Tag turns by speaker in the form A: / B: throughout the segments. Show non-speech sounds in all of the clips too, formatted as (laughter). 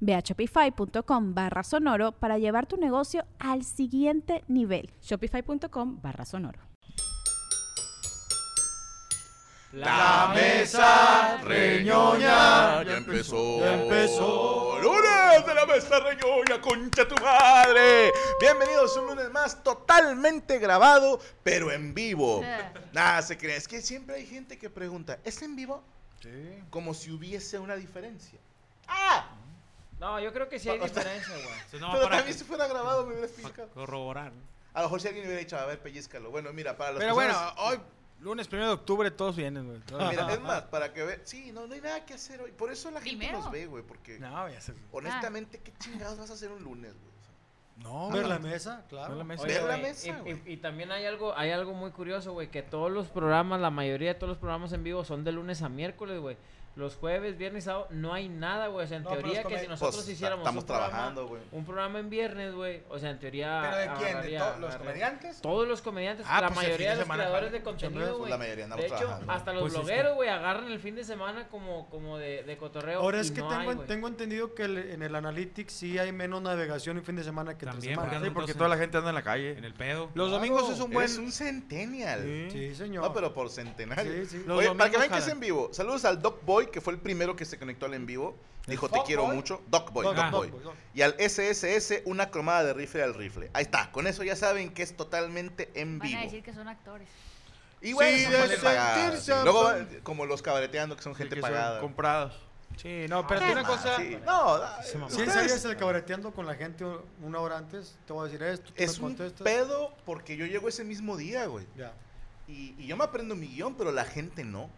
A: Ve a shopify.com barra sonoro para llevar tu negocio al siguiente nivel.
B: Shopify.com barra sonoro.
C: La mesa reñoña
D: ya empezó.
C: ya empezó.
D: Lunes de la mesa reñoña, concha tu madre. Bienvenidos a un lunes más totalmente grabado, pero en vivo. Nada se cree. Es que siempre hay gente que pregunta, ¿es en vivo?
C: Sí.
D: Como si hubiese una diferencia. ¡Ah!
E: No, yo creo que sí hay diferencia, güey.
F: Eso no va
D: Pero
F: para,
D: también si fuera grabado me hubiera
F: para
D: explicado.
F: corroborar.
D: A lo mejor si alguien hubiera dicho, a ver, pellizcalo. Bueno, mira, para las
F: Pero bueno,
D: personas-
F: hoy, lunes 1 de octubre, todos vienen, güey. Todos-
D: Mira,
F: (laughs)
D: es más, para que vean. Sí, no, no hay nada que hacer hoy. Por eso la gente nos ve, güey. Porque,
F: No, ya sé.
D: honestamente, ¿qué chingados vas a hacer un lunes, güey? O sea,
F: No,
C: Ver
F: güey.
C: la mesa, claro.
F: Ver la mesa.
D: Oye, Ver la
E: güey,
D: mesa,
E: y- y-
D: güey.
E: Y, también hay algo, hay algo muy curioso, güey, que todos los programas, la mayoría de todos los programas en vivo son de lunes a miércoles, güey. Los jueves, viernes, sábado, no hay nada, güey. O sea, en
C: No, pero
E: teoría
C: es
E: que
C: come-
E: si nosotros
D: Pues, ta-
E: hiciéramos
D: estamos
E: un programa-
D: trabajando, güey.
E: un programa en viernes, güey, o sea, en teoría
C: ¿Pero de quién? ¿De
E: agarraría-
C: todos los
E: agarraría-
C: comediantes?
E: Todos los comediantes,
F: Ah,
E: la
F: pues, el fin
E: mayoría
F: de
E: de los
F: semana,
E: creadores
F: ¿vale?
E: de contenido,
D: Pues,
E: güey.
D: la mayoría andamos
E: De hecho,
D: trabajando.
E: hasta los
F: Pues, sí,
E: blogueros, güey, agarran el fin de semana como, como de, de cotorreo.
C: Ahora
E: y
C: es que
E: no hay,
C: tengo,
E: güey.
C: tengo entendido que el- en el Analytics sí hay menos navegación en fin de semana que entre
F: También,
C: semana.
F: porque
G: Sí,
F: andan
G: porque
F: todos
G: toda la
F: en-
G: gente anda en la calle.
F: En el pedo.
G: Los domingos es un buen.
D: Es un centennial.
C: Sí, señor.
D: No, pero por centenario.
C: Sí, sí.
G: Los
D: Oye, para que
G: domingos
D: vean que es
G: jalan.
D: en vivo. Saludos al Doc Boy, que fue el primero que se conectó al en vivo. Dijo, te
C: Doc
D: quiero
C: Boy?
D: mucho. Doc Boy,
C: Doc-
D: Doc
C: Doc
D: Boy.
C: Boy, Doc.
D: Y al SSS, una cromada de rifle al rifle. Ahí está. Con eso ya saben que es totalmente en
H: Van
D: vivo.
H: a decir que son actores.
D: Y bueno,
C: Sí,
D: son
C: de
D: gente pagada,
C: sentirse
D: sí. Luego,
C: apan-
D: eh, como los cabareteando, que son gente
G: que son
D: pagada.
G: comprados.
F: Sí, no, pero
D: Ah,
F: una cosa.
D: sí. No, da- eh,
C: Si
D: ustedes-
C: sabías el cabareteando con la gente u- una hora antes, te voy a decir esto, tú
D: es
C: me
D: un
C: contestas.
D: pedo porque yo llego ese mismo día, güey.
C: Ya.
D: Y, y yo me aprendo mi guión, pero la gente no.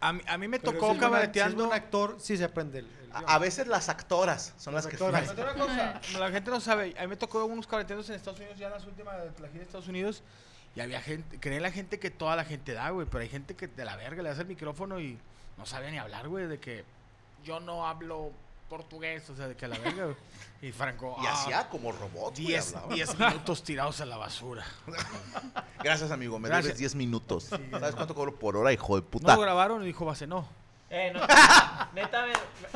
G: A mí, a mí me
C: Pero
G: tocó
C: si es buen- si
G: cabareteando.
C: es buen actor, sí se aprende el, el guión.
D: A, a veces las actoras son Ah, las,
C: Las
D: que
C: actoras.
D: fallan.
G: Una
H: (laughs)
C: (laughs)
G: cosa, la gente no sabe. A mí me tocó unos cabareteando en Estados Unidos, ya en las últimas de la gira de Estados Unidos. Y había gente. Creen la gente que toda la gente da, güey. Pero hay gente que de la verga le hace el micrófono y no sabía ni hablar, güey. De que yo no hablo portugués. O sea, de que la verga, güey. Y Franco.
D: (laughs) Y
G: ah,
D: hacía como robot. güey,
G: 10
D: hablaba. (laughs)
G: 10 minutos tirados a la basura.
D: Gracias, amigo. Me
G: Gracias.
D: debes 10 minutos. ¿Sabes cuánto cobro por hora, hijo de
G: No
D: puta?
G: lo grabaron y dijo Base, no.
E: Eh,
D: (laughs)
E: no, neta, me,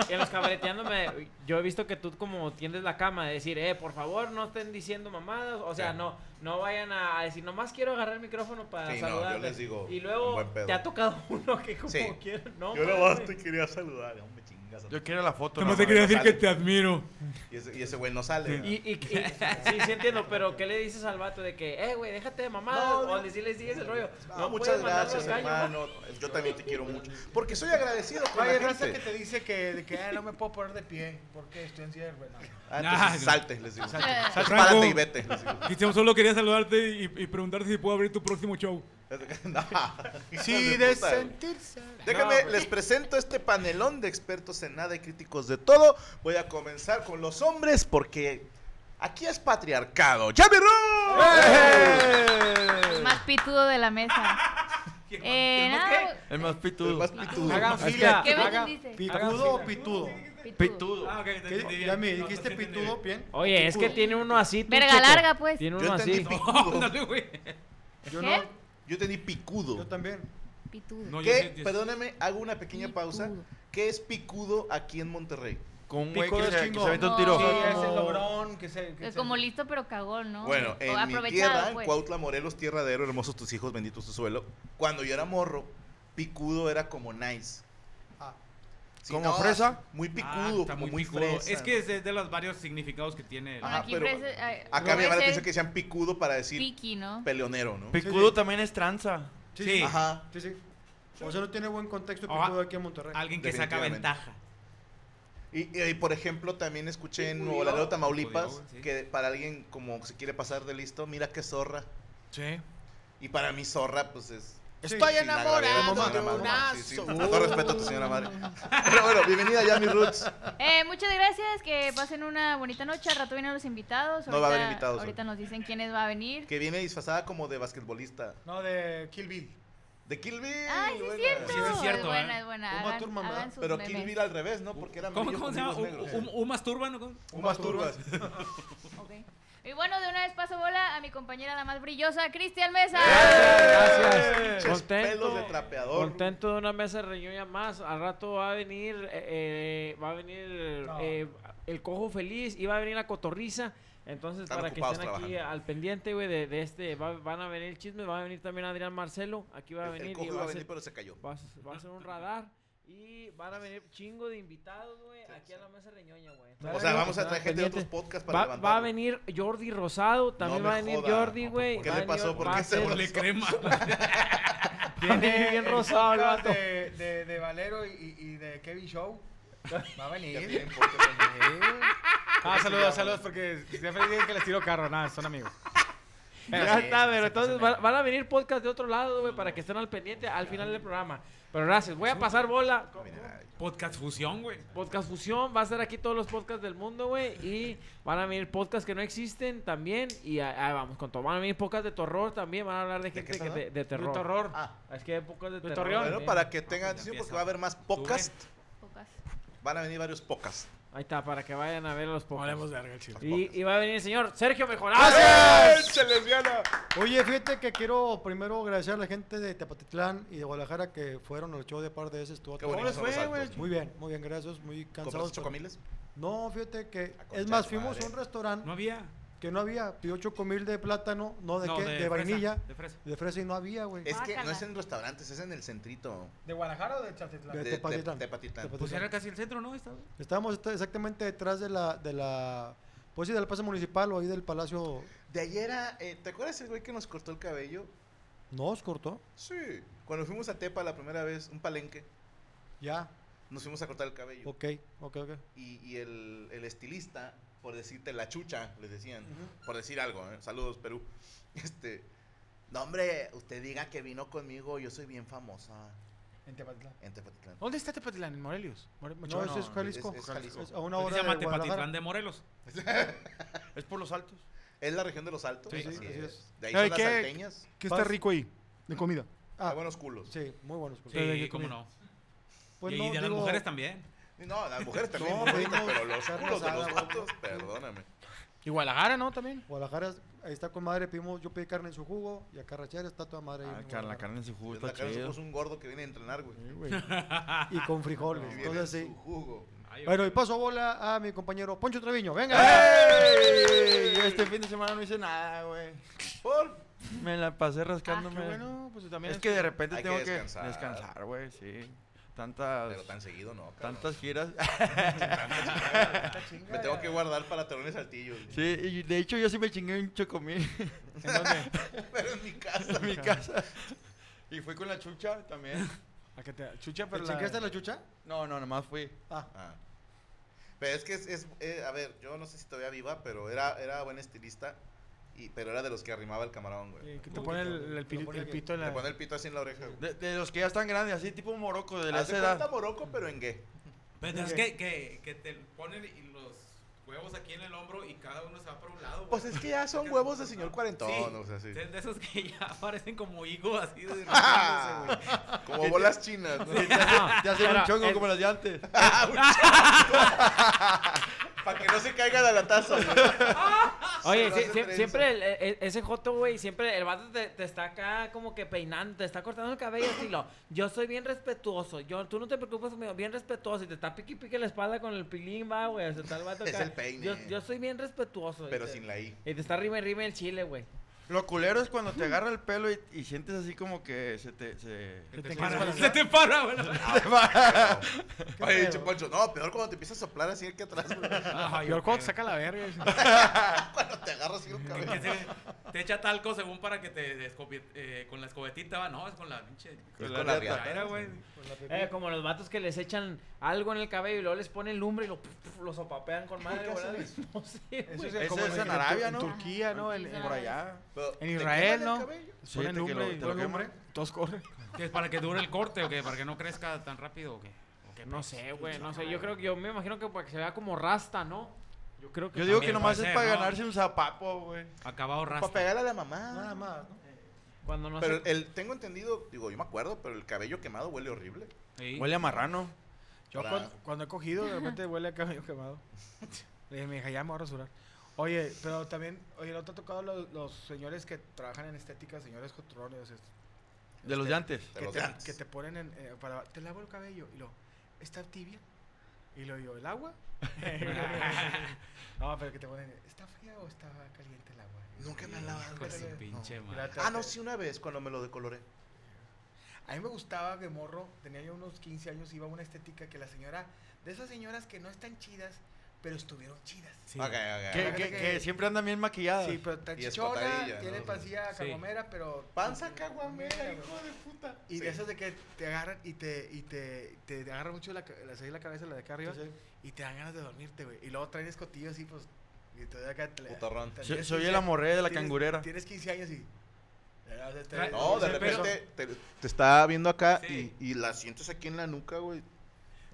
E: en los cabareteando me- yo he visto que tú como tiendes la cama de decir, eh, por favor, no estén diciendo mamadas, o sea, no, no vayan a, a decir, nomás quiero agarrar el micrófono para
D: Sí, no, yo
E: saludar.
D: les digo,
E: y
D: un
E: luego
D: buen pedo.
E: te ha tocado (laughs) uno que como
D: Sí.
E: quiera, no.
D: nomás
E: mames.
D: te quería saludar. Hombre, chingas. a tu-
G: Yo quiero la foto.
D: Nomás
G: no
D: te quería decir que te
G: admiro.
D: Y ese, y ese güey no sale.
E: Y, y, y- sí, sí entiendo, pero ¿qué le dices al vato de que, eh, güey, déjate de mamadas?
D: No,
E: o
D: no.
E: decirles, sigues el rollo.
D: Ah,
E: no
D: muchas
E: puedes mandarlo
D: gracias,
E: al caño, ma.
D: hermano. Yo también te quiero mucho. Porque soy agradecido con
G: Hay
D: la
G: raza que
D: gente.
G: te dice que, de que "Ah, no me puedo poner de pie porque estoy en silla de ruedas". No.
D: Ah, entonces
I: Nah.
D: salte, les digo.
H: Eh,
D: Párate y vete. les digo. (laughs)
I: Cristian, solo quería saludarte y, y preguntarte si puedo abrir tu próximo show.
D: No.
G: Sí,
D: Hijo de
G: de
D: puta, güey.
G: sentirse.
D: Déjenme, les presento este panelón de expertos en nada y críticos de todo. Voy a comenzar con los hombres porque aquí es patriarcado. ¡Javi Ru!
H: El más pitudo de
D: (laughs)
H: la mesa. eh, nada,
G: El más
D: El
G: pitudo.
D: más pitudo.
G: Hagan
C: Es
G: fila.
H: ¿qué me
G: hagan-
H: entendiste?
C: ¿Pitudo o pitudo?
H: Pitudo.
I: Ah, ok,
C: ¿Qué? Ya me dijiste pitudo, bien.
E: Oye, es que tiene uno así. tú,
H: Verga
E: Checo.
H: larga, pues.
E: Tiene
D: Yo
E: uno
D: entendí
E: así.
D: picudo.
C: Yo
H: ¿Qué?
C: no,
D: Yo entendí
C: yo
D: picudo.
C: también.
H: Pitudo.
I: No, yo
D: ¿Qué?
I: sí- yo-
D: Perdóneme, hago una pequeña
H: Picudo.
D: pausa. ¿Qué es picudo aquí en Monterrey?
G: Con un
C: Pico
G: güey que
C: de
G: se, que se
C: chingón.
G: aventó un
H: No.
G: tiro.
H: Sí,
G: Como-
H: ese
G: logrón que se.
H: Es Pues como listo pero cagón, ¿no?
D: Bueno,
H: O
D: en mi
H: aprovechado,
D: tierra, en
H: pues.
D: Cuautla, Morelos, tierra de héroe, hermosos tus hijos, bendito tu suelo. Cuando yo era morro, picudo era como nice.
C: Ah.
D: Sí,
C: ¿Como fresa?
D: Muy picudo,
I: Ah, está
D: como
I: muy
D: muy
I: picudo.
D: fresa.
I: Es que es de, de los varios significados que tiene. el-
H: Bueno,
C: Ah,
D: Ajá,
H: aquí
D: pero
H: parece, eh,
D: Acá me
H: puede
D: llama la
H: ser
D: atención que sean picudo para decir
H: piqui, ¿no?
D: peleonero, ¿no?
C: Sí,
J: Picudo
C: sí.
J: también es tranza.
C: Sí,
I: Sí.
C: sí.
D: Ajá.
C: sí, sí. O sea, no tiene buen contexto
I: Ajá.
C: picudo aquí en Monterrey.
I: Alguien que saca
D: Definitivamente.
I: ventaja.
D: Y, y, por ejemplo, también escuché en
I: Picudo,
D: Nuevo Laredo, Tamaulipas,
I: picudo, sí.
D: que para alguien como se quiere pasar de listo, mira qué zorra.
G: Sí.
D: Y para mí zorra, pues es...
G: Estoy
D: sin
G: enamorado
D: agravio,
G: de
D: señora
G: un
D: madre. Sí, sí,
G: aso.
D: Con todo respeto a tu señora
H: (laughs)
D: madre. Pero bueno, bienvenida ya a mis roots.
H: Eh, muchas gracias, que pasen una bonita noche. Al rato vienen los invitados.
D: No va a haber invitados
H: Ahorita
D: hoy.
H: nos dicen quiénes va a venir.
D: Que viene disfrazada como de basquetbolista.
C: No, de Kill Bill.
D: De Kill Bill.
H: Ay, sí es
D: buena.
H: cierto.
I: Sí, sí es cierto,
H: buena,
I: ¿eh?
H: es buena.
C: Uma
H: Hagan,
C: Thurman, ¿verdad?
H: hagan sus
D: Pero
H: memes.
D: Kill Bill al revés, ¿no? Porque eran
I: ¿Cómo,
D: bellos
I: cómo
D: con
I: se llama?
D: hijos negros.
I: ¿Un, un, un masturbano? ¿Cómo?
D: Umas turbas.
H: Ok. Y bueno, de una vez paso bola a mi compañera la más brillosa, Cristian Mesa.
D: ¡Eh!
E: Gracias.
D: Pinches
E: Contento.
D: pelos de trapeador.
E: Contento de una mesa reñoña más. Al rato va a venir, eh, eh, va a venir eh, el cojo feliz y va a venir la cotorriza. Entonces,
D: Están
E: para que
D: ocupados
E: estén aquí
D: trabajando.
E: al pendiente, güey, de, de este, va- van a venir chismes, va a venir también Adrián Marcelo. Aquí va a
D: El,
E: venir.
D: el
E: y
D: cojo
E: va
D: iba a
E: a
D: venir,
E: ser-
D: pero se cayó.
E: Va a, ser- va a ser un radar y van a venir chingo de invitados, güey, aquí a la mesa reñoña, güey.
D: O sea, vamos a traer gente de otros
E: Pendiente.
D: podcasts para
E: Va,
D: levantar.
E: va a venir Jordi Rosado, también
D: me
E: va a venir
D: joda.
E: Jordi, güey.
D: ¿Qué
E: va a
D: le
E: venir-
D: pasó? ¿Por
E: va a
D: qué se
E: ser-
D: voló?
I: Le crema.
E: (laughs)
I: (laughs)
E: Viene bien rosado el vato.
G: De, de, de Valero y, y de Kevin Show. Va a venir.
D: Ya tienen podcast también.
G: Ah, saludos, saludos, porque siempre dicen que les tiro carro. Nada, son amigos.
E: Ya está, pero entonces van, van a venir podcast de otro lado, güey, para que estén al pendiente al final del programa. Pero gracias, voy a pasar bola.
G: Ah,
I: Podcast fusión, güey.
E: Podcast Fusión, va a estar aquí todos los podcasts del mundo, güey. Y van a venir podcasts que no existen también. Y ahí vamos con todo. Van a venir podcasts de terror también. Van a hablar de
D: ¿De
E: gente
D: qué,
E: que
D: perdón?
E: de, de terror.
I: terror.
D: Ah,
E: Es que hay podcasts de,
I: De
E: terror.
I: Torreón.
D: bueno,
E: también.
D: para que tengan
I: ya
D: atención,
I: empieza.
D: porque va a haber más podcasts.
H: Pocas.
D: Van a venir varios podcasts.
E: Ahí está, para que vayan a ver los podcasts.
F: Hablemos verga el chile.
E: Y, y va a venir el señor Sergio Mejoraz.
G: ¡Ah,
D: ¡Se lesbiana!
C: Oye, fíjate que quiero primero agradecer a la gente de Tepatitlán y de Guadalajara que fueron al show de par de ese estuvo
D: Qué
C: todo.
D: bonito
G: les
D: son los
G: fue,
D: actos.
G: güey?
C: Muy bien, muy bien, gracias, muy
D: ¿Compraste
C: cansados.
D: chocomiles?
C: No, fíjate que
D: A concha
C: es
D: de
C: más
D: tu
C: fuimos
D: madre.
C: a un restaurante
I: No había.
C: que no había, pidió chocomil de plátano, no de
I: No,
C: qué, de,
I: fresa,
C: vainilla,
I: De fresa.
C: de fresa y no había, güey.
D: Es que no
H: Guácala.
D: es en restaurantes, es en el centrito.
G: ¿De Guadalajara o de Chatitlán?
E: (laughs)
C: De
D: de-
C: Tepatitlán.
D: Tepatitlán.
C: Tepatitlán.
I: Pues era casi el centro, ¿no? Estaba.
C: Estábamos esta- exactamente detrás de la de la pues sí, del Palacio Municipal o ahí del Palacio
D: De ayer era, eh, ¿te acuerdas el güey que nos cortó el cabello?
C: nos cortó.
D: Sí. Cuando fuimos a Tepa la primera vez, un palenque,
C: Ya.
D: nos fuimos a cortar el cabello.
C: Ok, ok, ok.
D: Y, y el, el estilista, por decirte la chucha, les decían, por decir algo, ¿eh? saludos Perú. (laughs) Este, no hombre, usted diga que vino conmigo, yo soy bien famosa
G: En Tepatitlán.
D: en Tepatitlán.
G: ¿Dónde está Tepatitlán? ¿En Morelios? More-
C: No,
G: Mochoacán.
C: ese es Jalisco.
D: es- es Jalisco.
C: a una
I: Pues Se
C: hora
I: llama
C: de Guadalajara.
I: Tepatitlán de Morelos.
J: Es por los altos.
D: Es la región de los altos.
C: Sí, sí,
D: así
C: así
D: es.
C: es.
D: De ahí
J: Ay,
D: son las
J: ¿qué?
D: salteñas.
J: ¿Qué está rico ahí? De (laughs) comida.
C: Ah.
D: Hay buenos culos.
C: Sí, muy buenos. pues.
I: Sí, cómo no.
C: Pues
I: y
C: no,
I: y de las
C: digo,
I: mujeres también.
D: No, las mujeres también
C: No,
D: muy bonitas,
C: pedimos
D: pero los
C: carne
D: culos de
C: asada,
D: los
C: güey.
D: vatos, perdóname.
G: Y Guadalajara, ¿no? También.
C: Guadalajara ahí está con madre, pedimos, yo pedí carne en su jugo y acá Rachel está toda madre. ahí
I: Ah,
C: en
J: la
C: Guadalajara.
J: carne en su jugo
D: Es la
J: está
D: cara de
J: chido.
D: somos un gordo que viene a entrenar, güey.
C: Y con frijoles,
D: Y viene
C: entonces
D: en
C: sí.
D: su jugo.
C: Bueno, y paso bola a mi compañero Poncho Treviño. Venga.
I: ¡Eh!
J: ¡Ey! Este fin de semana no hice nada, güey.
D: Por
J: Me la pasé rascándome.
G: Qué bueno, pues también.
J: es que de repente
D: Hay que
J: tengo que
D: descansar.
J: descansar, güey, sí. Tantas,
D: Pero tan seguido no, cabrón. (laughs)
J: tantas giras.
D: Me tengo que guardar para terones saltillos. güey. (laughs)
J: sí, y de hecho yo sí me chingué un chocomil
I: ¿En dónde?
D: Pero en mi casa.
J: (laughs) en mi casa. Y fui con la chucha también.
G: ¿A que te chucha,
C: ¿Te
G: pero
C: chingaste la chucha?
J: No, no, nomás fui.
D: Ah. Pero es que es, es- eh, a ver, yo no sé si todavía viva, pero era, era buen estilista, y, pero era de los que arrimaba el camarón, güey.
G: Eh, que te pone el, el,
C: Te lo
G: piri-
C: pone
G: el
C: aquí.
G: pito en
D: Le
G: la.
D: pone el pito así en la oreja, güey.
J: De, de los que ya están grandes, así tipo moroco de la
D: Haz de
J: esa
D: cuenta
J: edad.
D: Morocco, pero en gay.
I: (laughs) Pero
J: (laughs)
I: es que, que, que te ponen y los huevos aquí en el hombro y cada uno se va por un lado.
D: Pues
I: güey.
D: es que ya son huevos de señor cuarentón,
I: Sí.
D: o (laughs) sea, sí.
I: De, de esos que ya (laughs) parecen como higo así de
D: Como bolas chinas, ¿no?
J: Te hacen un chongo como las de antes.
D: Para que no se caigan a la taza, güey.
E: Oye,
D: lo
E: sie-
D: hace
E: sie-
D: trenza.
E: siempre el- e- ese joto, güey, siempre el vato te, te está acá como que peinando, te está cortando el cabello así, lo, yo soy bien respetuoso, yo, tú no te preocupes, conmigo, bien respetuoso, y te está pique y pique la espalda con el pilín, va, güey, o sea, está el vato
D: (laughs) Es
E: acá,
D: el peine.
E: Yo, yo soy bien respetuoso. y
D: Pero
E: te-
D: sin la I.
E: Y te está rime, rime el chile, güey.
J: Lo culero es cuando te agarra el pelo y, y sientes así como que se te... Se,
D: (laughs) te
C: (laughs)
I: Se te para,
D: (laughs)
I: güey.
J: (laughs)
D: Oye, Chuponcho, no, peor cuando te empiezas a soplar así aquí atrás, güey. (laughs)
F: Yo cuando te saca la verga.
D: Cuando te agarras así el cabello.
I: Que se- te echa talco según para que te escobi- eh, con la escobetita, va, no, es con la pinche.
D: Con
J: la
D: la
J: neta.
I: Era,
D: riata.
I: güey.
E: Eh, como los vatos que les echan algo en el cabello y luego les ponen lumbre y lo, lo sopapean con madre,
D: qué hacen
E: ¿verdad?
D: eso?
E: (laughs) No sé, güey.
F: Eso
J: Ese
F: como
J: es en Arabia,
F: en
J: ¿no? Ah,
F: Turquía, ¿no? En- en-
J: por allá.
D: Pero,
F: En
D: ¿te
F: Israel,
D: queman el
F: ¿no?
D: cabello?
J: Sí, te
F: Ponen
J: que lo-
F: lumbre y
J: te lo
F: luego
J: queman.
F: Todos corren.
I: Que es para que dure el corte o que para que no crezca tan rápido o qué. ¿O qué
E: No
I: pex?
E: sé, güey, no sé. Yo creo que yo me imagino que para que se vea como rasta, ¿no? Yo creo que
J: Yo digo que
I: También
J: nomás
I: puede
J: es
I: ser,
J: para
I: ¿no?
J: ganarse un zapapo, güey.
I: Acabado
D: Para
I: rasta.
D: pegarle a la mamá.
C: Nada más, ¿no?
E: cuando no
D: Pero
E: se...
D: el, tengo entendido, digo, yo me acuerdo, pero el cabello quemado huele horrible.
I: Sí.
J: Huele a marrano.
F: Yo
D: Para-
F: cuando, cuando he cogido, de repente huele a cabello
J: (laughs)
F: quemado. Le dije, mi hija, ya me voy a rasurar. Oye, pero también, oye, ¿no te ha tocado los, los señores que trabajan en estética, señores cotrones, este,
J: De los de antes.
D: De
F: que,
D: los
F: te,
D: grandes.
F: que te ponen en, eh, para, te lavo el cabello y lo, está tibia. Y lo yo, ¿el
I: (laughs)
F: agua? no, pero que te ponen, ¿está fría o está caliente el agua?
D: Nunca me han lavado.
I: Pues sí,
D: güey.
I: pinche
F: Y
I: madre.
F: la otra-
D: Ah, no, sí, una vez cuando me lo decoloré.
F: A mí me gustaba de morro, tenía yo unos 15 años, iba a una estética que la señora, de esas señoras que no están chidas, pero estuvieron chidas.
I: Sí.
D: Ok, ok.
J: Que,
D: ok.
J: que- que siempre andan bien maquilladas.
F: Sí, pero tan
D: Y
F: chichona,
D: espatadilla,
F: tiene
D: ¿no?
F: pancilla
I: Sí.
F: caguamera, pero...
D: Panza caguamera,
F: güey.
D: hijo de puta.
F: Y
D: Sí.
F: de esas de que te agarran y te, y te, te agarran mucho la, ca- la, así la cabeza, la de acá arriba,
J: Sí, sí.
F: y te dan ganas de dormirte, güey. Y luego traen escotillo así, pues, y te da acá... te-
D: Putarrón.
F: te-
J: Soy,
F: tienes
J: soy
F: 15
J: el amoré de la
F: tienes-
J: cangurera.
F: Tienes 15 años y... eh,
D: No, de
I: Sí, pero-
D: repente te, te está viendo acá
I: Sí.
D: y, y la sientes aquí en la nuca, güey.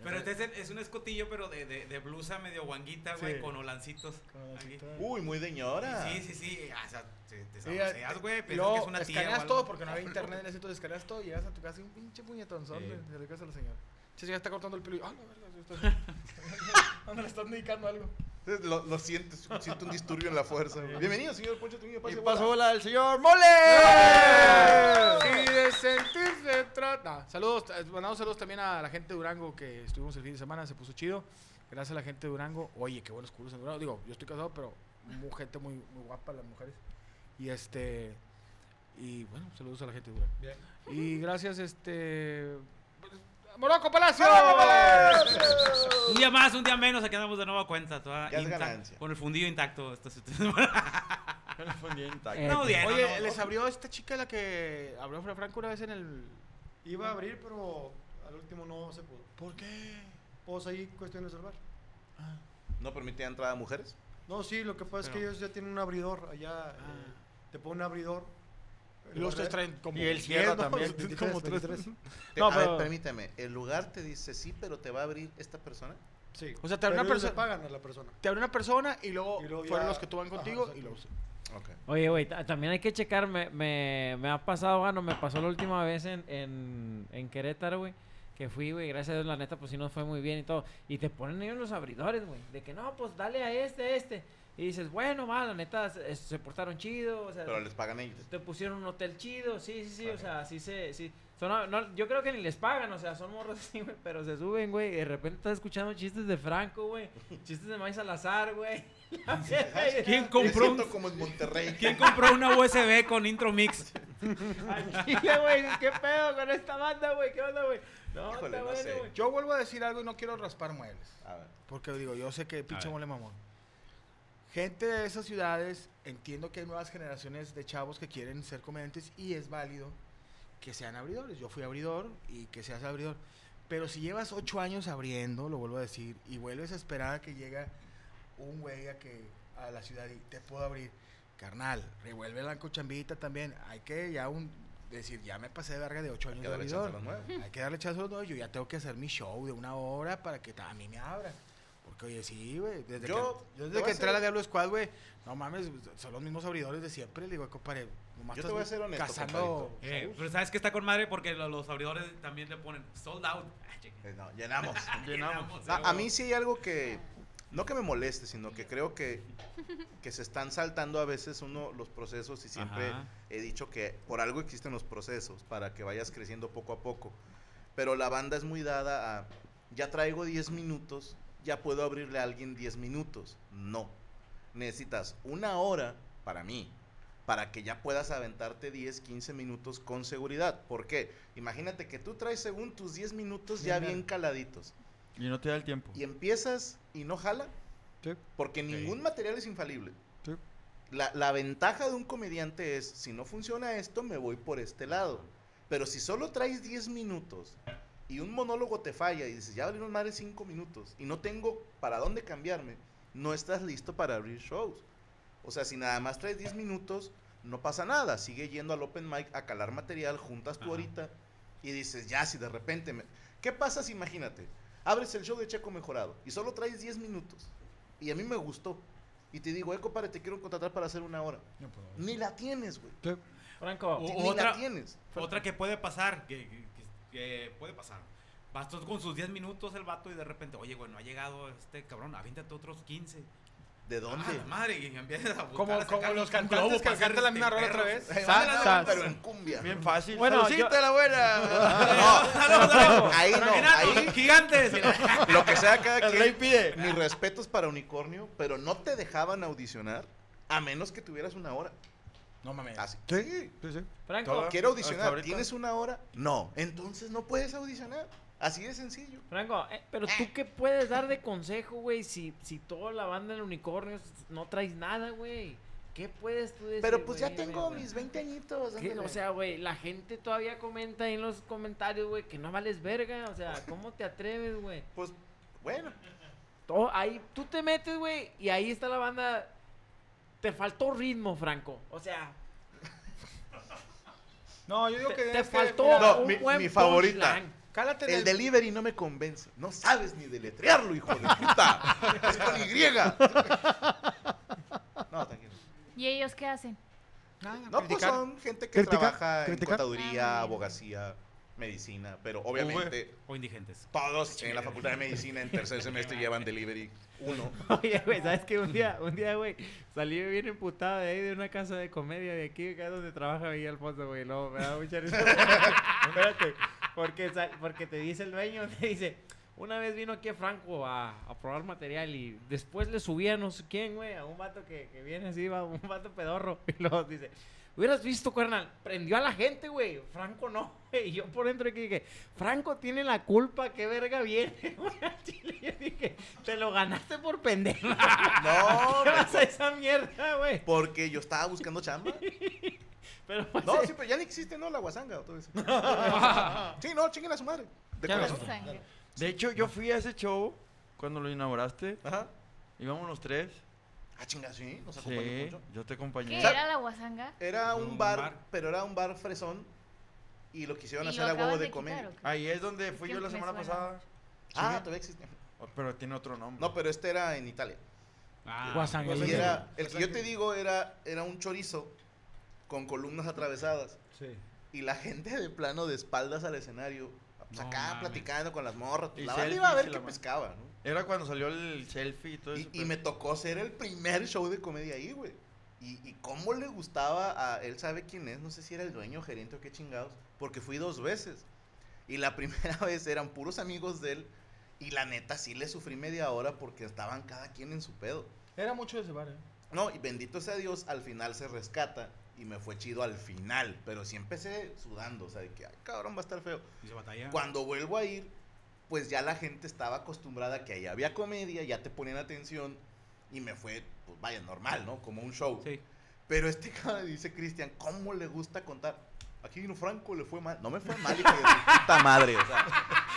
I: Pero este es, el- es un escotillo, pero de, de, de blusa medio guanguita, güey,
F: Sí.
I: con olancitos. aquí. Uh,
D: Uy, muy deñora.
I: Sí, sí, sí. ah, O sea, te, te
F: Mira,
I: sabroseas, güey.
F: y
I: Piensas
F: luego
I: que es una tía. o
F: escaneas
I: algo.
F: todo porque no
I: (laughs)
F: había internet en ese entonces, escaneas todo y llegas a tu casa y un pinche puñetonzón
I: Sí.
F: de de la casa de la señora. Che, ya está cortando el pelo y ah, la verga, (laughs)
I: (laughs)
F: yo estoy- ¿Dónde le están dedicando algo?
D: Entonces, Lo, lo sientes, siento un disturbio en la fuerza. güey. Bienvenido, señor Poncho Trujillo.
J: Y
C: pues
D: pase,
J: pasó
D: bola.
J: la del señor Mole.
F: Y de sentirse tra- nah, saludos, eh, mandamos saludos también a la gente de Durango que estuvimos el fin de semana, se puso chido. Gracias a la gente de Durango. Oye, qué buenos culos en Durango. Digo, yo estoy casado, pero mu- gente muy, muy guapa, las mujeres. Y este. Y bueno, saludos a la gente de Durango.
C: Bien.
F: Y gracias, este. ¡Morocco Palacio!
I: Un día más, un día menos. Aquí andamos de nueva cuenta. Toda
D: Ya es
I: intac-
D: ganancia.
I: Con el fundillo intacto. Esta- (laughs)
E: Eh,
I: no, bien, no,
F: Oye,
I: no.
F: les abrió esta chica la que abrió Fra- Franco una vez en el.
C: Iba a abrir, pero al último no se pudo.
F: ¿Por qué?
C: Pues ahí cuestiones del bar.
D: ¿No permitía entrada a mujeres?
C: No, sí, lo que pasa es que
I: Pero-
C: ellos ya tienen un abridor allá.
F: Ah.
C: eh, te ponen un abridor.
F: Y los tres traen como.
J: Y el cierra
F: (laughs)
J: también.
C: como tres.
D: Te-
F: No,
D: a ver,
F: pero-
D: permítame. ¿El lugar te dice sí, pero te va a abrir esta persona?
C: Sí.
F: O sea, te abre una
C: Pero ellos le
F: persona-
C: pagan a la persona.
F: Te abrió una persona y luego,
C: Y luego
F: fueron
C: ya-
F: los que tú van
C: Ajá,
F: contigo y
C: exacto.
F: los.
D: Ok.
E: Oye, güey, ta- también hay que checar, me, me, me ha pasado, bueno, me pasó la última vez en, en, en Querétaro, güey, que fui, güey, gracias a Dios, la neta, pues sí nos fue muy bien y todo, y te ponen ellos los abridores, güey, de que no, pues dale a este, a este, y dices, bueno, va, la neta, se, se portaron chido, o sea,
D: Pero les pagan ellos.
E: te pusieron un hotel chido, sí, sí, sí, o sea, sí se, sí, son, a- no, yo creo que ni les pagan, o sea, son morros (laughs) así, güey, pero se suben, güey, y de repente estás escuchando chistes de Franco, güey, chistes de Maíz Salazar, güey. (laughs)
I: ¿Quién
D: Me
I: compró,
D: siento
I: un-
D: como en Monterrey.
I: ¿Quién compró una USB con intro mix?
E: Al chile, güey, ¿qué pedo con esta banda, güey? ¿Qué onda, güey? No,
D: Híjole,
E: está
D: no
E: bueno,
D: sé.
E: güey.
F: Yo vuelvo a decir algo y no quiero raspar muebles.
D: A ver.
F: Porque digo, yo sé que pinche
I: ver.
F: mole mamón. Gente de esas ciudades, entiendo que hay nuevas generaciones de chavos que quieren ser comediantes y es válido que sean abridores. Yo fui abridor y que seas abridor. Pero si llevas ocho años abriendo, lo vuelvo a decir, y vuelves a esperar a que llegue un güey a, que, a la ciudad y te puedo abrir, carnal, revuelve la cochambita también. Hay que ya un, decir, ya me pasé de verga de ocho
D: Hay
F: años
D: que
F: de
D: darle chance a
F: abridor.
D: los nuevos.
F: Hay que darle chance a los nuevos. Yo ya tengo que hacer mi show de una hora para que ta- a mí me abra. Porque, oye, sí, güey. Desde
D: Yo-
F: que,
D: te
F: yo
D: voy
F: desde
D: a
F: que entré a la
D: ser-
F: Diablo Squad, güey, no mames, son los mismos abridores de siempre. Le digo, compadre, nomás
D: Yo te
F: estás
D: voy a ser honesto,
F: cazando.
D: compadrito.
I: Eh, pero sabes que está con madre porque lo- los abridores también le ponen sold out. (laughs) Ah, chinga.
D: Eh, no, llenamos. Ah,
I: Llenamos,
D: A, a
I: eh,
D: mí sí hay algo que. No que me moleste, sino que creo que, que se están saltando a veces uno los procesos y siempre
I: Ajá.
D: he dicho que por algo existen los procesos, para que vayas creciendo poco a poco. Pero la banda es muy dada a, ya traigo 10 minutos, ya puedo abrirle a alguien 10 minutos. No, necesitas una hora para mí para que ya puedas aventarte 10, 15 minutos con seguridad. ¿Por qué? Imagínate que tú traes según tus 10 minutos ya bien caladitos
J: Y no te da el tiempo.
D: y empiezas y no jala,
J: Sí.
D: porque ningún material es infalible.
J: Sí.
D: La, la ventaja de un comediante es, si no funciona esto, me voy por este lado. Pero si solo traes 10 minutos y un monólogo te falla y dices, ya valieron más de 5 minutos y no tengo para dónde cambiarme, no estás listo para abrir shows. O sea, si nada más traes 10 minutos, no pasa nada. Sigue yendo al open mic a calar material, juntas tu horita y dices, ya, si de repente... me- ¿Qué pasa si, imagínate, abres el show de Checo Mejorado y solo traes 10 minutos? Y a mí me gustó. Y te digo, eh, compadre, te quiero contratar para hacer una hora. Ni la tienes, güey.
E: Franco,
I: O-
D: Ni
I: otra-
D: la tienes.
I: Otra que puede pasar, que, que- que- que puede pasar. Vas tú con sus 10 minutos el vato y de repente, oye, güey, no ha llegado este cabrón, avíntate otros 15.
D: ¿De
I: Ah,
D: dónde?
I: la madre, y empiezas a buscar
F: Como-
I: a sacar
F: como
I: un-
F: los
I: un
F: cantantes
I: globo
F: que
I: para hacer
F: cantan la
I: este
F: misma rola otra
I: perros.
F: vez.
I: Eh,
F: Sa-
I: ándale,
F: sa-
D: Pero en cumbia.
J: Bien fácil.
E: Bueno, yo-
J: ¡Salucita la buena!
I: (laughs) ándale, ándale.
D: Ahí no,
I: Enanos,
D: ahí
I: gigantes.
F: (laughs)
D: lo que sea cada
J: El rey
D: quien.
J: pide.
D: Mis respetos para Unicornio, pero no te dejaban audicionar a menos que tuvieras una hora.
F: No mames.
D: Así.
J: Sí, sí.
E: Franco,
J: Todo.
D: Quiero
J: Hasta
D: audicionar.
J: ahorita.
D: ¿Tienes una hora? No. Entonces no puedes audicionar. Así de sencillo.
E: Franco, eh, pero tú qué puedes dar de consejo, güey, si, si toda la banda del unicornio s- no traes nada, güey. ¿Qué puedes tú decir?
D: Pero pues ya
E: güey, güey,
D: tengo
E: güey?
D: mis 20 añitos.
E: ¿Qué?
D: ándale.
E: O sea, güey, la gente todavía comenta ahí en los comentarios, güey, que no vales verga. O
D: (laughs)
E: sea, ¿cómo te atreves, güey?
D: Pues bueno.
E: To- ahí, tú te metes, güey, y ahí está la banda. Te faltó ritmo, Franco. O sea,
F: No, yo digo
E: te,
F: que.
E: te
F: es que,
E: faltó
F: mira,
D: No,
E: un
D: mi-
E: buen
D: mi favorita.
E: punchline.
F: Cálate en
D: El
F: el-
D: delivery no me convence. No sabes ni deletrearlo, hijo de puta. es
E: (laughs)
D: con Y. No, tranquilo.
H: ¿Y ellos qué hacen?
F: Nada,
D: No, pues
F: criticar.
D: son gente que
C: Criticar,
D: trabaja en
C: criticar.
D: contaduría,
H: Ah, muy bien.
D: abogacía, medicina, pero obviamente
I: O indigentes.
D: todos en la facultad de medicina en tercer semestre llevan delivery uno.
E: Oye, güey, ¿sabes qué? Un día, un día, güey, salí bien emputado de ahí de una casa de comedia de aquí, acá donde trabaja Miguel Alfonso, güey. Luego me da mucha risa. (laughs) Espérate, porque, sal- porque te dice el dueño, (laughs) te dice, una vez vino aquí a Franco a, a probar material y después le subía a no sé quién, güey, a un vato que, que viene así, va, un vato pedorro. (laughs) Y luego dice, hubieras visto, carnal, prendió a la gente, güey. Franco no, (laughs) güey. Y yo por dentro aquí dije, Franco tiene la culpa, qué verga viene, güey. (laughs) al Chile, yo dije, te lo ganaste por pendejo.
D: No,
E: (laughs)
D: pues.
E: ¿Qué
D: me-
E: vas a esa mierda, güey?
D: porque yo estaba buscando chamba.
E: Pero pues,
D: No,
E: eh,
D: sí, pero ya ni existe, ¿no? La guasanga o todo eso. Sí, no, chinguen a su madre. De
E: Ya
D: corazón.
H: Sangre.
J: De hecho, yo fui a ese show cuando lo inauguraste.
D: Ajá.
J: Íbamos los tres.
D: Ah, chinga, sí, nos acompañó
J: Sí,
D: mucho.
J: yo te
H: ¿Qué
J: acompañé.
H: era la guasanga?
D: Era un
I: Un
D: bar,
I: bar.
D: pero era un bar fresón y lo quisieron
H: ¿Y
D: hacer
H: lo
D: a huevo
H: acaban
D: de,
H: quitar,
D: comer.
H: o qué?
J: Ahí es donde fui
H: que
J: yo la
H: me
J: semana
H: suena.
J: pasada.
D: Ah, todavía existe.
J: Oh, Pero tiene otro nombre.
D: No, pero este era en Italia.
I: Ah,
F: Pues
D: Y
F: sí.
D: era, el que yo te digo era, era un chorizo con columnas atravesadas. Y la gente de plano de espaldas al escenario, pues,
I: No
D: acá
I: mames.
D: platicando con las morras.
J: Y
D: la banda
J: selfies
D: iba a
J: y
D: ver
J: la
D: qué
J: ma-
D: pescaba, ¿no?
J: Era cuando salió el selfie y todo eso.
D: Y, y
J: pero-
D: me tocó ser el primer show de comedia ahí, güey. Y, y cómo le gustaba a él, sabe quién es, no sé si era el dueño, gerente o qué chingados, porque fui dos veces. Y la (laughs) primera vez eran puros amigos de él. Y la neta sí le sufrí media hora porque estaban cada quien en su pedo.
F: Era mucho de ese bar, ¿eh?
D: No, y bendito sea Dios, al final se rescata y me fue chido al final, pero sí empecé sudando, o sea, de que, ay, cabrón, va a estar feo.
I: Dice batalla.
D: Cuando vuelvo a ir, pues ya la gente estaba acostumbrada a que ahí había comedia, ya te ponían atención y me fue, pues vaya, normal, ¿no? Como un show.
I: Sí.
D: Pero este cabrón dice, Cristian, ¿cómo le gusta contar? Aquí vino Franco, le fue mal. No me fue mal, hijo de su puta madre. O sea,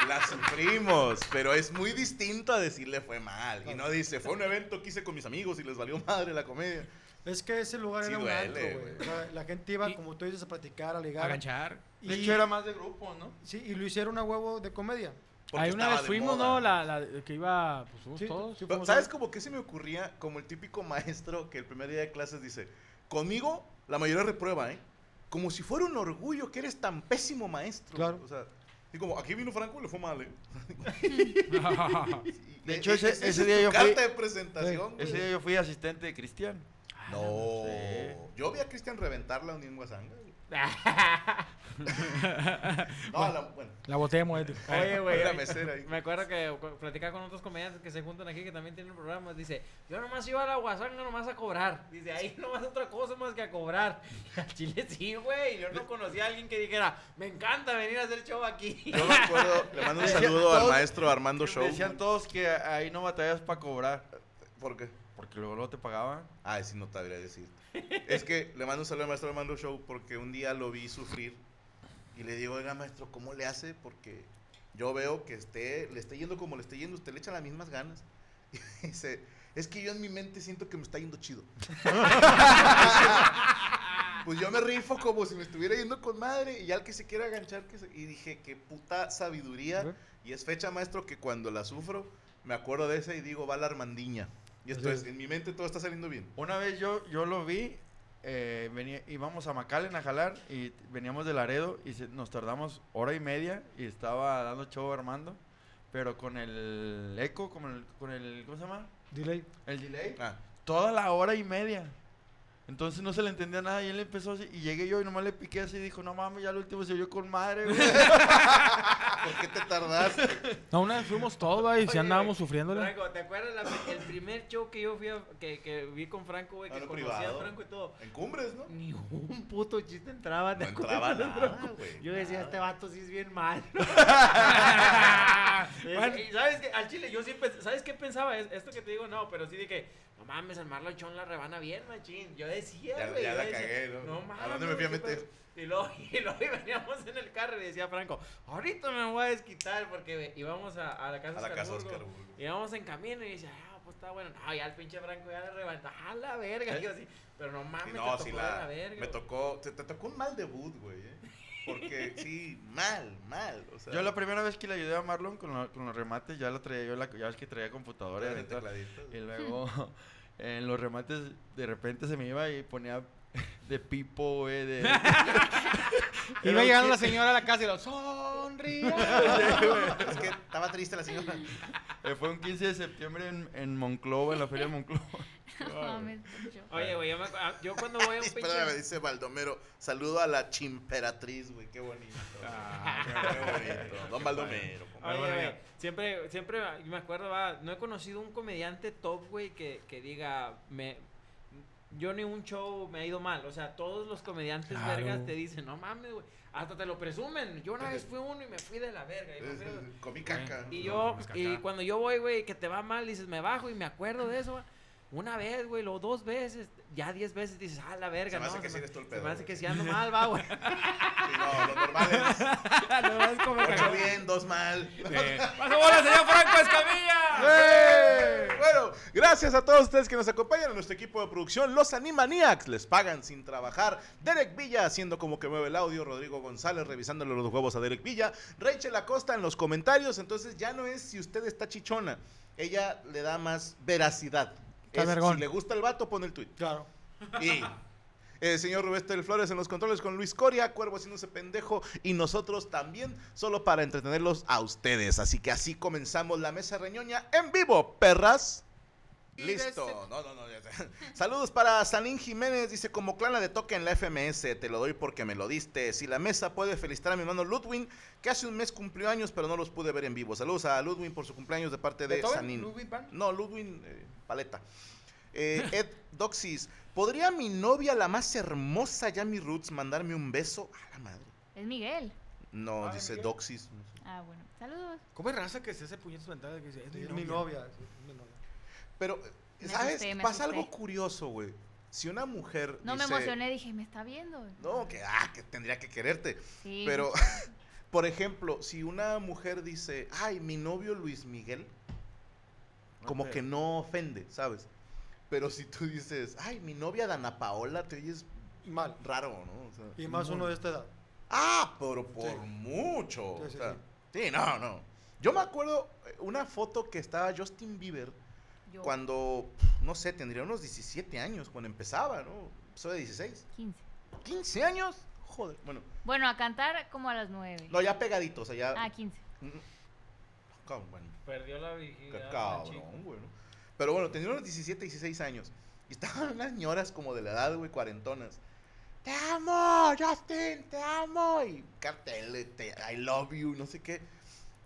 D: la sufrimos, pero es muy distinto a decirle fue mal. Y no dice, fue un evento que hice con mis amigos y les valió madre la comedia.
C: Es que ese lugar
D: Sí
C: era un
D: duele,
C: antro, güey.
D: güey.
C: O sea, la gente iba,
I: Y-
C: como tú dices, a platicar, a ligar.
I: Aganchar.
C: Y,
J: De hecho, era más de grupo, ¿no?
C: sí, y lo hicieron a huevo de comedia.
D: Porque
G: Ahí una
D: estaba
G: vez
D: de
G: fuimos,
D: moda.
G: ¿no? La, la que iba, pues fuimos
C: Sí,
E: (laughs)
G: todos.
C: sí
D: Pero,
C: fuimos
D: ¿Sabes
C: a-
D: como que se me ocurría? Como el típico maestro que el primer día de clases dice, conmigo la mayoría reprueba, ¿eh? Como si fuera un orgullo que eres tan pésimo maestro.
C: Claro.
D: O sea, y como, aquí vino Franco y le fue
J: (laughs)
D: mal, ¿eh?
G: Ah,
D: Y-
J: hecho,
D: e-
J: ese-
D: esa
J: ese
D: es
J: día
D: tu
J: yo fui-
D: carta de presentación, güey.
J: Ese día yo fui asistente de Cristian.
D: No. Yo vi a Cristian reventar la Unión Guasanga. güey. No, la, bueno,
G: La botella muerta.
E: Oye, güey.
D: la
E: oye,
D: mesera ahí.
E: pues, Me acuerdo que cu- platicaba con otros comediantes que se juntan aquí que también tienen programas. Dice, yo nomás iba a la guasanga nomás a cobrar. Dice, ahí nomás otra cosa más que a cobrar. (laughs) Y al Chile sí, güey. Yo no conocía a alguien que dijera, me encanta venir a hacer show aquí. (laughs)
D: Yo me acuerdo, le mando un
J: Decían
D: saludo al
J: todos-
D: maestro Armando Show.
J: Decían todos que ahí no batallas para cobrar.
D: ¿Por qué?
J: Porque luego no te
I: (laughs)
J: pagaban.
D: Ah, sí, no te habría decir. Es que le mando un saludo al maestro Armando Show porque un día lo vi sufrir y le digo, oiga, maestro, ¿cómo le hace? Porque yo veo que esté, le esté yendo como le esté yendo, usted le echa las mismas ganas. (laughs) Y dice, es que yo en mi mente siento que me está yendo chido. (laughs) pues yo me rifo como si me estuviera yendo con madre y al que se quiera aganchar, que se- y dije, qué puta sabiduría. Y es fecha, maestro, que cuando la sufro, me acuerdo de esa y digo, va la Armandiña. Y esto es, en mi mente todo está saliendo bien.
J: Una vez yo, yo lo vi, eh, venía- íbamos a Macalen a jalar y t- veníamos de Laredo y se- nos tardamos hora y media y estaba dando show Armando, pero con el eco, con el, con el ¿cómo se llama?
G: Delay.
J: El delay.
D: Ah,
J: Toda la hora y media. Entonces no se le entendía nada y él empezó así y llegué yo y nomás le piqué así y dijo, no mames, ya el último se oyó con madre, güey".
D: ¿Por qué te tardaste?
G: (laughs) No, una vez fuimos todos, güey, y si
E: Oye,
G: andábamos
E: güey,
G: sufriéndole.
E: Franco, ¿te acuerdas la- el primer show que yo fui a- que, que vi con Franco, güey?
D: Ah,
E: Que
D: no,
E: conocía
D: privado.
E: a Franco y todo.
D: En cumbres, ¿no?
E: Ni un puto chiste entraba.
D: No
E: ¿te
D: entraba
E: acuerdas,
D: nada,
E: Franco?
D: güey.
E: Yo decía,
D: nada.
E: este vato sí es bien
D: (laughs)
E: mal.
I: Ah,
E: Y ¿Sabes qué? Al chile, yo sí pens- ¿Sabes qué pensaba? Es- Esto que te digo, no, pero sí dije, no mames, al Marlon Chon la rebana bien, machín. Yo decía,
D: Ya-
E: güey.
D: ya
E: yo
D: la
E: decía,
D: cagué, ¿no?
E: No
D: ¿A
E: mames.
D: dónde me fui a
E: qué
D: meter?"
E: pedo". Y luego, (laughs) y luego y veníamos en el carro y decía Franco, ahorita me voy a desquitar porque íbamos a, a la casa
D: A la casa
E: Oscar
D: Oscar.
E: Burgos.
D: Burgos.
E: Íbamos en camino y decía, ah, pues está bueno. No, ya el pinche Franco ya le reventó. Ah, la verga. Yo así, pero no
D: Y
E: mames,
D: no,
E: te
D: sí
E: Ah, tocó de la
D: la.
E: verga.
D: Me tocó. Te, te tocó un mal debut, güey. ¿eh? Porque sí, mal, mal. O sea,
J: Yo la primera vez que le ayudé a Marlon con, la- con los remates, ya lo traía yo, la, ya ves que traía computadora. y
D: de
J: ahorita-
D: tecladito.
H: Hmm.
J: Y luego (laughs) en los remates de repente se me iba y ponía (laughs) de pipo, güey,
H: (laughs)
J: de...
G: Iba llegando la señora a la casa y lo sonríe.
D: (laughs) Es que estaba triste la señora.
J: Eh, Fue un 15 de septiembre en, en Monclova, en la feria de Monclova.
H: (laughs) No mames, pues yo.
E: (laughs) Oye, güey, yo, me acu- ah, yo cuando voy a un
D: Espérame,
E: pinche.
D: dice Baldomero. Saludo a la chimperatriz, güey. Qué bonito. Ah, qué bonito. Don Baldomero. compa.
E: Oye, güey, siempre, siempre me acuerdo, va, no he conocido un comediante top, güey, que, que diga, me, yo ni un show me ha ido mal. O sea, todos los comediantes
G: Claro.
E: vergas te dicen, no mames, güey. Hasta te lo presumen. Yo una vez fui uno y me fui de la verga. y me
D: Es-
E: fui de-
D: es- Comí caca.
E: Y
D: No,
E: yo,
I: mames,
E: y
I: caca.
E: cuando yo voy, güey, que te va mal, dices, me bajo y me acuerdo de eso, güey. Una vez, güey, luego dos veces, ya diez veces dices, ah, la verga,
D: Se me
E: no.
D: hace que sí eres tú el
E: se
D: pedo,
E: me hace
D: güey.
E: que sí ando
D: (laughs)
E: mal, va, güey.
D: sí, no, lo normal es.
E: no, es como
D: Ocho bien, dos mal.
E: ¡Pasa bola, señor Franco Escamilla!
D: Eh. Bueno, gracias a todos ustedes que nos acompañan, a nuestro equipo de producción, los Animaniacs, les pagan sin trabajar, Derek Villa haciendo como que mueve el audio, Rodrigo González revisándole los huevos a Derek Villa, Rachel Acosta en los comentarios, entonces ya no es si usted está chichona, ella le da más veracidad.
G: Está
D: Es,
G: vergón.
D: si le gusta el vato, pone el tweet.
G: Claro.
D: Y el señor Rubén del Flores en los controles con Luis Coria, Cuervo haciéndose pendejo y nosotros también, solo para entretenerlos a ustedes. Así que así comenzamos la mesa reñoña en vivo, perras. Listo. No, no, no. ya sé. (laughs) Saludos para Sanín Jiménez. Dice, como clana de toque en la FMS, te lo doy porque me lo diste. Si la mesa puede felicitar a mi hermano Ludwin, que hace un mes cumplió años, pero no los pude ver en vivo. Saludos a Ludwin por su cumpleaños de parte de Sanín. No, Ludwin eh, Paleta. Eh, (laughs) Ed Doxis, ¿podría mi novia, la más hermosa Yami Roots, mandarme un beso? A la madre.
H: Es Miguel.
D: No,
F: Ah,
D: dice
F: Miguel.
D: Doxis.
H: Ah, bueno. Saludos.
F: ¿Cómo es raza que se hace puñetas ventanas? Que dice, es
C: Sí,
F: mi
C: es mi
F: novia"?
C: novia. sí, es mi novia.
D: Pero, eh,
H: Me
D: ¿sabes?
H: asusté, me
D: Pasa
H: asusté.
D: algo curioso, güey. Si una mujer.
H: No
D: dice,
H: me emocioné, dije, me está viendo.
D: No, que, ah, que tendría que quererte.
H: Sí.
D: Pero, (laughs) por ejemplo, si una mujer dice, ay, mi novio Luis Miguel, como
J: te-
D: que no ofende, ¿sabes? Pero si tú dices, ay, mi novia Dana Paola, te oyes
C: Mal.
D: raro, ¿no? O sea,
C: Y más uno de esta edad.
D: Ah, pero por
C: Sí.
D: mucho.
C: Sí,
D: o
C: sí,
D: sea, sí. no, no. Yo me acuerdo eh, una foto que estaba Justin Bieber
H: Yo,
D: cuando, pf, no sé, tendría unos 17 años, cuando empezaba, ¿no? Soy de 16.
H: 15.
D: ¿15 años? Joder, bueno.
H: Bueno, a cantar como a las 9.
D: No, ya pegadito, o sea, ya...
H: Ah, 15.
D: Mm, mm. Cabrón, bueno,
E: Perdió la
D: qué
E: virginidad. la chica.
D: cabrón, güey, ¿no? Pero bueno, tenía unos 17, 16 años. Y estaban unas señoras como de la edad, güey, cuarentonas. Te amo, Justin, te amo. Y cartel, de te, I love you, no sé qué.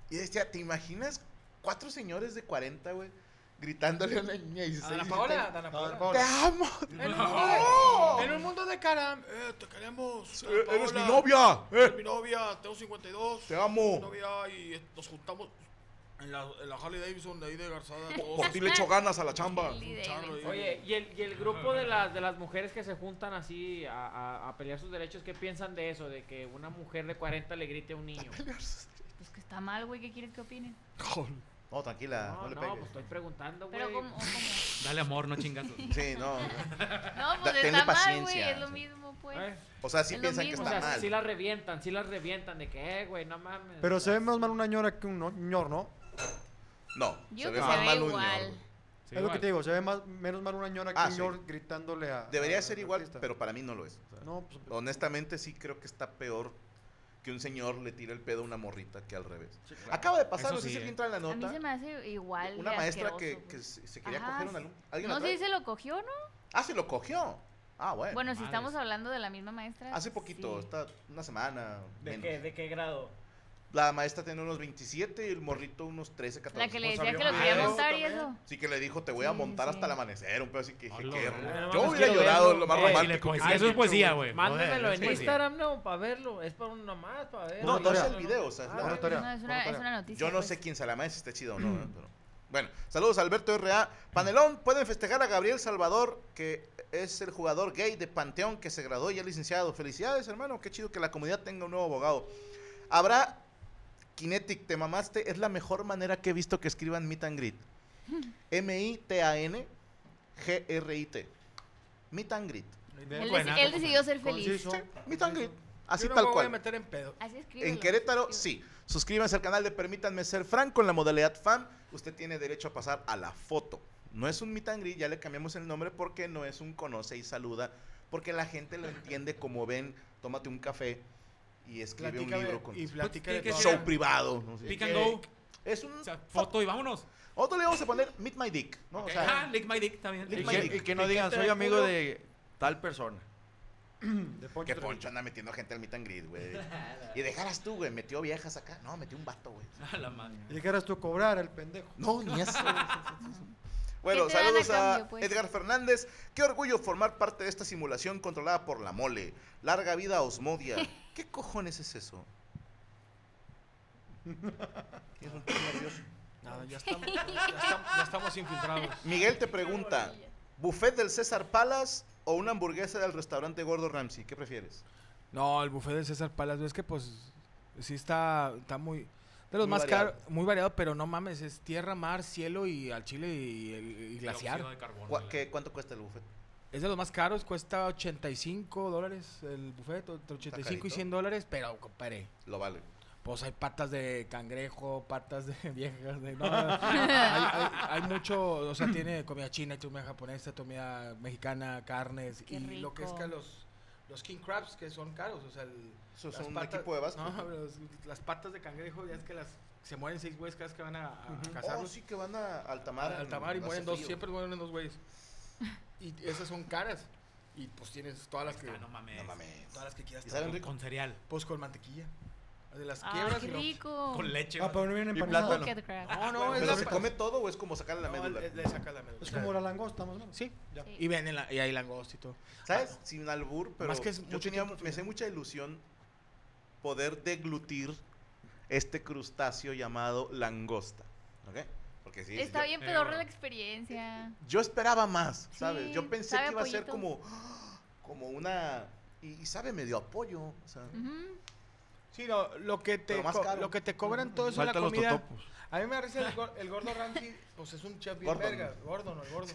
D: Y decía, ¿te imaginas cuatro señores de 40, güey? Gritándole a una niña y
E: Dana Paola, Dana Paola.
D: Te amo.
F: En, un
D: ¡No!
F: mundo, en un mundo de cara, eh, te queremos.
D: Eh, Eres mi
F: Paola,
D: novia.
F: Eres
D: eh,
F: mi novia, tengo 52.
D: Te amo.
F: Mi novia y eh, nos juntamos en la, en la Harley Davidson de ahí de
I: (laughs)
F: Garzada.
E: Oh.
D: Por,
F: todos.
D: por ti le echo ganas a la chamba.
H: Lily Davis.
F: Charlo y-
E: Oye, ¿y el, y el grupo de las, de las mujeres que se juntan así a, a- a pelear sus derechos, ¿qué piensan de eso? De que una mujer de 40 le grite a un niño.
H: Pues que está mal, güey. ¿Qué quieres que opinen?
D: No, tranquila, no,
E: No,
D: le
E: no,
D: pegues.
E: pues estoy preguntando, güey.
H: Pero como. o
E: (laughs)
H: como-
I: Dale amor, no chingazos.
D: Sí, no. no.
H: No, pues
D: Da- tenle
H: está mal, güey.
D: paciencia.
H: Es lo mismo,
E: Eh,
H: pues.
D: O sea, sí
H: Es lo
D: piensan que
H: mismo.
E: O
D: está
E: sea,
D: mal.
E: sí las revientan, sí las revientan. De que, eh, güey, no mames.
C: Pero se ve más mal una ñora que un no- ñor, ¿no?
D: No,
H: Yo
D: se ve
H: que se
D: más
H: ve
D: mal un
H: igual.
D: ñor, güey.
I: Sí,
C: es lo que
I: igual.
C: te digo, se ve más, menos mal una ñora que
D: Ah,
C: un
D: sí.
C: ñor gritándole a.
D: Debería
C: a-
D: ser
C: al
D: igual,
C: artista.
D: pero para mí no lo es.
C: No, pues.
D: Honestamente sí creo que está peor que un señor le tire el pedo a una morrita que al revés. Acaba de pasar,
I: Eso
D: no sé
I: sí,
D: si
I: eh.
D: alguien entra en la
H: A mí
D: nota.
H: se me hace igual.
D: Una
H: de
D: maestra que,
H: asqueroso,
D: que
H: pues.
D: se se quería
H: Ajá,
D: coger a un
H: sí.
D: alumno. ¿Alguien
H: No
D: la
H: sé si
D: trae?
H: se lo cogió, ¿no?
D: Ah, se lo cogió. Ah, bueno.
H: Bueno, si
I: madres.
H: estamos hablando de la misma maestra.
D: Hace poquito,
H: sí.
D: está una semana.
E: ¿De
D: menos.
E: qué, ¿De qué grado?
D: La maestra tenía unos 27 y el morrito unos 13, 14.
H: La que le
J: Pues
H: decía que
J: había
H: lo quería
D: madres
H: montar y
J: también.
H: eso.
D: Sí que le dijo, te voy a
H: Sí,
D: montar
H: sí.
D: hasta el amanecer. Un pedo así que dije,
I: Hola,
D: qué
I: güey.
D: hermoso.
E: No mames,
D: Yo hubiera
E: quiero
D: llorado,
E: verlo.
D: lo más
E: Eh,
I: Y le
D: romántico.
I: poesía,
E: Ah,
I: eso es poesía, güey.
E: Mándamelo
I: Joder,
E: en
I: eso es poesía.
E: Instagram, no, para verlo. Es para uno nomás, para verlo. Ah,
D: No, no es el
E: Yo
D: video, o sea, es la-
E: güey.
C: Tarea,
H: No, es
C: bueno,
H: una, es
C: tarea.
H: una noticia.
D: Yo no
H: pues.
D: sé quién se la manda, si está chido o no. ¿eh? Pero, bueno, saludos Alberto R.A. Panelón, pueden festejar a Gabriel Salvador, que es el jugador gay de Panteón que se graduó ya licenciado. Felicidades, hermano. Qué chido que la comunidad tenga un nuevo abogado. Habrá Kinetic, te mamaste. Es la mejor manera que he visto que escriban Meet and Greet. M-I-T-A-N G-R-I-T. Meet and Greet.
H: Él, deci- él decidió ser feliz.
C: Conciso.
D: Sí, meet and Greet. Así
F: Yo no
D: tal
F: me voy a
D: cual.
F: meter en pedo.
H: Así escribe.
D: En Querétaro, sí. Suscríbanse al canal de Permítanme Ser Franco en la modalidad fan. Usted tiene derecho a pasar a la foto. No es un meet and greet, ya le cambiamos el nombre porque no es un conoce y saluda. Porque la gente lo entiende como ven, tómate un café y escribe un libro con
F: y
D: show
F: platica de
I: Pues, tiene que
F: todo.
I: ser-
D: privado. no sé.
I: Pick and go.
D: Es un...
I: O sea, foto y vámonos.
D: Otro le vamos a poner Meet My Dick, ¿no? O
I: Ah,
D: sea,
I: lick my dick (laughs) también.
D: Lick
J: Y
D: my
J: que,
D: dick.
J: y que no digan, soy amigo de tal
C: (clears throat)
J: persona.
D: que Poncho anda metiendo gente al meet and greet, güey. Y dejaras tú, güey, metió viejas acá. No, metió un vato, güey.
I: A la madre.
C: Y dijeras tú cobrar al pendejo.
D: No, ni eso. (laughs) bueno,
H: ¿Qué te dan a
D: saludos a,
H: cambio, pues?
D: Edgar Fernández. Qué orgullo formar parte de esta simulación controlada por la mole. Larga vida a
H: (laughs)
D: Osmodia. ¿Qué cojones es eso? Tienes un poco nervioso.
F: Nada, Ah,
D: (laughs)
F: ya estamos, ya estamos, ya estamos infiltrados.
D: Miguel te pregunta, ¿buffet del César Palas o una hamburguesa del restaurante Gordo Ramsay? ¿Qué prefieres?
F: No, el buffet de César Palas, es que pues sí está, está muy... De los
D: Muy
F: más caros,
D: variado.
F: muy variado, pero no mames, es tierra, mar, cielo y al chile y, el, y
I: La
F: glaciar.
I: óxido de carbono,
D: Gua-
I: la-
D: qué- ¿Cuánto cuesta el buffet?
F: Es de los más caros, cuesta 85 dólares el buffet, o- entre 85 y
D: carito.
F: 100 dólares, pero compadre,
D: Lo vale.
F: pues hay patas de cangrejo, patas de (laughs) viejas, de... no, hay, hay- hay mucho, o sea, tiene comida china, comida japonesa, comida mexicana, carnes
H: Qué
F: y lo que es que
H: rico.
F: los, los king crabs que son caros, o sea, el-
D: Eso es
F: las
D: Pues, un
F: patas-
D: equipo de básquet.
F: no, pero los- las patas de cangrejo, ya es que las se mueren seis güeyes cada vez que van a, a
D: Oh,
F: cazarlos.
D: sí que van a Altamar.
F: al tamar y mueren dos,
D: siempre.
F: siempre mueren dos güeyes. Y esas son caras. Y pues tienes todas las que.
I: Ah, no mames.
D: No mames.
F: Todas las que quieras.
D: ¿Y saben
I: Con-
D: rico?
I: Con cereal.
F: Pues con mantequilla. De las
H: Ah,
F: quiebras.
H: qué
F: y no-
H: rico.
I: Con leche.
C: Ah, pero no vienen
J: Y
C: empanadas.
J: plátano.
H: Pocket crab.
F: No, Pues no, es
D: Pero
F: la
D: se
F: pa-
D: come todo o es como sacarle la
F: no,
D: médula.
F: le, le sacas la médula.
C: Es como la langosta, más o menos.
F: Sí.
C: Ya.
H: Sí.
F: Y ven en la, y hay langosta y todo.
D: ¿Sabes? Sin albur, pero
F: Más que es
D: yo
F: mucho
D: tenía,
F: tiempo
D: me sé mucha ilusión poder deglutir este crustáceo llamado langosta. ¿Ok? Porque sí.
H: Está
D: yo,
H: bien
I: Eh,
H: pedorra
I: bueno.
H: la experiencia.
D: yo esperaba más, ¿sabes?
H: Sí,
D: yo pensé
H: sabe
D: que
H: a
D: iba a ser
H: pollito.
D: como, (gasps) como una. Y, y sabe medio apoyo. O sea,
H: Ujú.
F: Sí, no, lo que te,
D: Pero más
F: co-
D: caro.
F: lo que te cobran todo eso en la
J: Faltan los
F: comida.
J: totopos.
F: A mí me da risa el, gor- el gordo Ramsey, pues es un chef bien
D: Gordon.
F: verga. Gordo, no, el
D: (laughs)
F: gordo.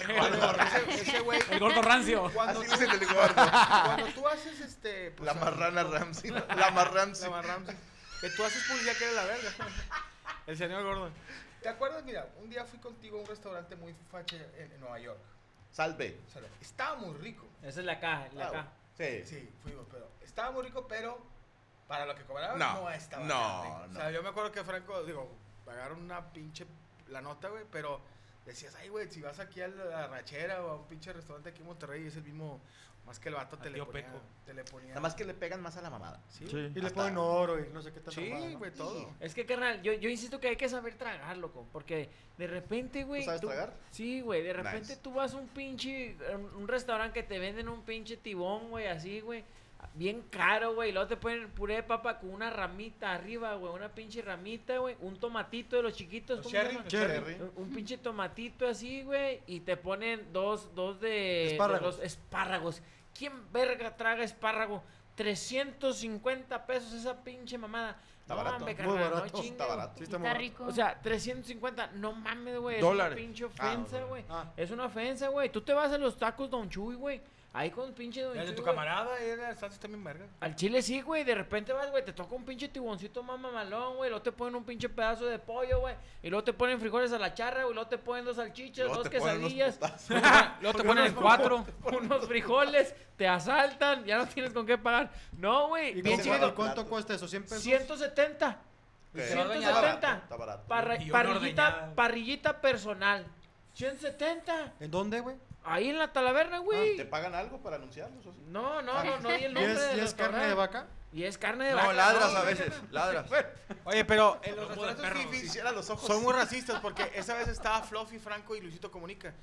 F: El gordo. Ese- Ese güey.
I: El gordo rancio.
F: Cuando,
D: así dicen el gordo.
F: cuando tú haces este. pues,
D: La marrana Ramsey. La marramsey.
F: La Mar Ramsey. Que tú haces publicidad que eres la verga. (laughs) El señor Gordon. ¿Te acuerdas? Mira, un día fui contigo a un restaurante muy fache en, en Nueva York.
D: Salve.
F: O sea, lo- estaba muy rico.
E: Esa es la K, la K.
D: Ah, sí.
F: Sí, fuimos, pero estaba muy rico, pero para lo que cobraba
D: No,
F: no, estaba
D: no,
F: tan rico. O sea,
D: no.
F: yo me acuerdo que Franco, digo, pagaron una pinche la nota, güey, pero Decías, ay, güey, si vas aquí a la rachera o a un pinche restaurante aquí en Monterrey, es el mismo. Más que el vato te
I: Al
F: le,
I: tío
F: ponía,
I: Peco.
F: te le ponía.
D: Nada más que le pegan más a la mamada.
F: Sí,
J: Sí.
C: Y le ponen oro y no sé qué tal.
F: Sí, güey, todo.
E: Es que, carnal, yo, yo insisto que hay que saber tragar, loco. Porque de repente, güey.
D: sabes tragar?
E: Sí, güey. De repente
D: Nice.
E: tú vas a un pinche. Un, un restaurante que te venden un pinche tibón, güey, así, güey. Bien caro, güey. y Luego te ponen puré de papa con una ramita arriba, güey. Una pinche ramita, güey. Un tomatito de los chiquitos. ¿cómo se llama?
C: Cherry.
E: Un- Un pinche tomatito así, güey, y te ponen dos, dos de,
C: Espárragos.
E: de los espárragos. ¿Quién verga traga espárrago? 350 pesos esa pinche mamada.
D: Está
E: no,
D: barato.
E: hombre,
D: Muy
E: carnal, no
D: barato,
E: chingue,
D: está
E: güey.
D: barato.
C: Sí, está
H: Está
C: muy-
H: rico.
E: O sea, 350, no mames, güey.
J: Dólares.
E: Es una pinche
D: Ah,
E: ofensa,
D: dólares.
E: güey.
C: Ah.
E: Es una ofensa, güey. Tú te vas a los tacos Don Chuy, güey. Ahí con pinche Don
F: El de
E: Chuy,
F: tu
E: güey.
F: camarada, ahí en el estancia también verga.
E: Al chile sí, güey. De repente vas, güey, te toca un pinche tiboncito más mamalón, güey. Luego te ponen un pinche pedazo de pollo, güey. Y luego te ponen frijoles a la charra, güey. Luego te ponen dos salchichas,
D: Luego
E: dos
D: te ponen unos
E: quesadillas.
D: putazos.
E: (laughs) Luego te ponen
D: (laughs)
E: cuatro, unos frijoles, te asaltan, ya no tienes con qué pagar. No, güey.
C: ¿Y
E: Bien
C: cómo-
E: chido.
D: chiquito.
C: cuánto, cuánto cuesta eso? ¿100 pesos?
E: 170.
D: Sí.
E: Está barato, 170.
D: Está barato.
E: Parra-
I: Y una
E: parrillita,
I: ordeñada.
E: parrillita personal. 170.
C: ¿En dónde, güey?
E: Ahí en la talaverna,
D: Ah, ¿Te Ah.
E: güey.
D: pagan algo para anunciarlos? o sí?
E: No, no, no, no. Y el
C: ¿Y
E: nombre
C: es,
E: del
C: y es carne de
E: restaurante.
C: vaca?
E: Y es carne de vaca.
J: No, ladras
E: no,
J: a
E: (laughs) güey.
J: veces, ladras.
F: Oye, pero en los
I: Lobo de
F: restaurantes
I: perro.
F: fifis
D: Si hiciera los ojos.
F: son muy racistas porque esa vez estaba Fluffy, Franco y Luisito Comunica.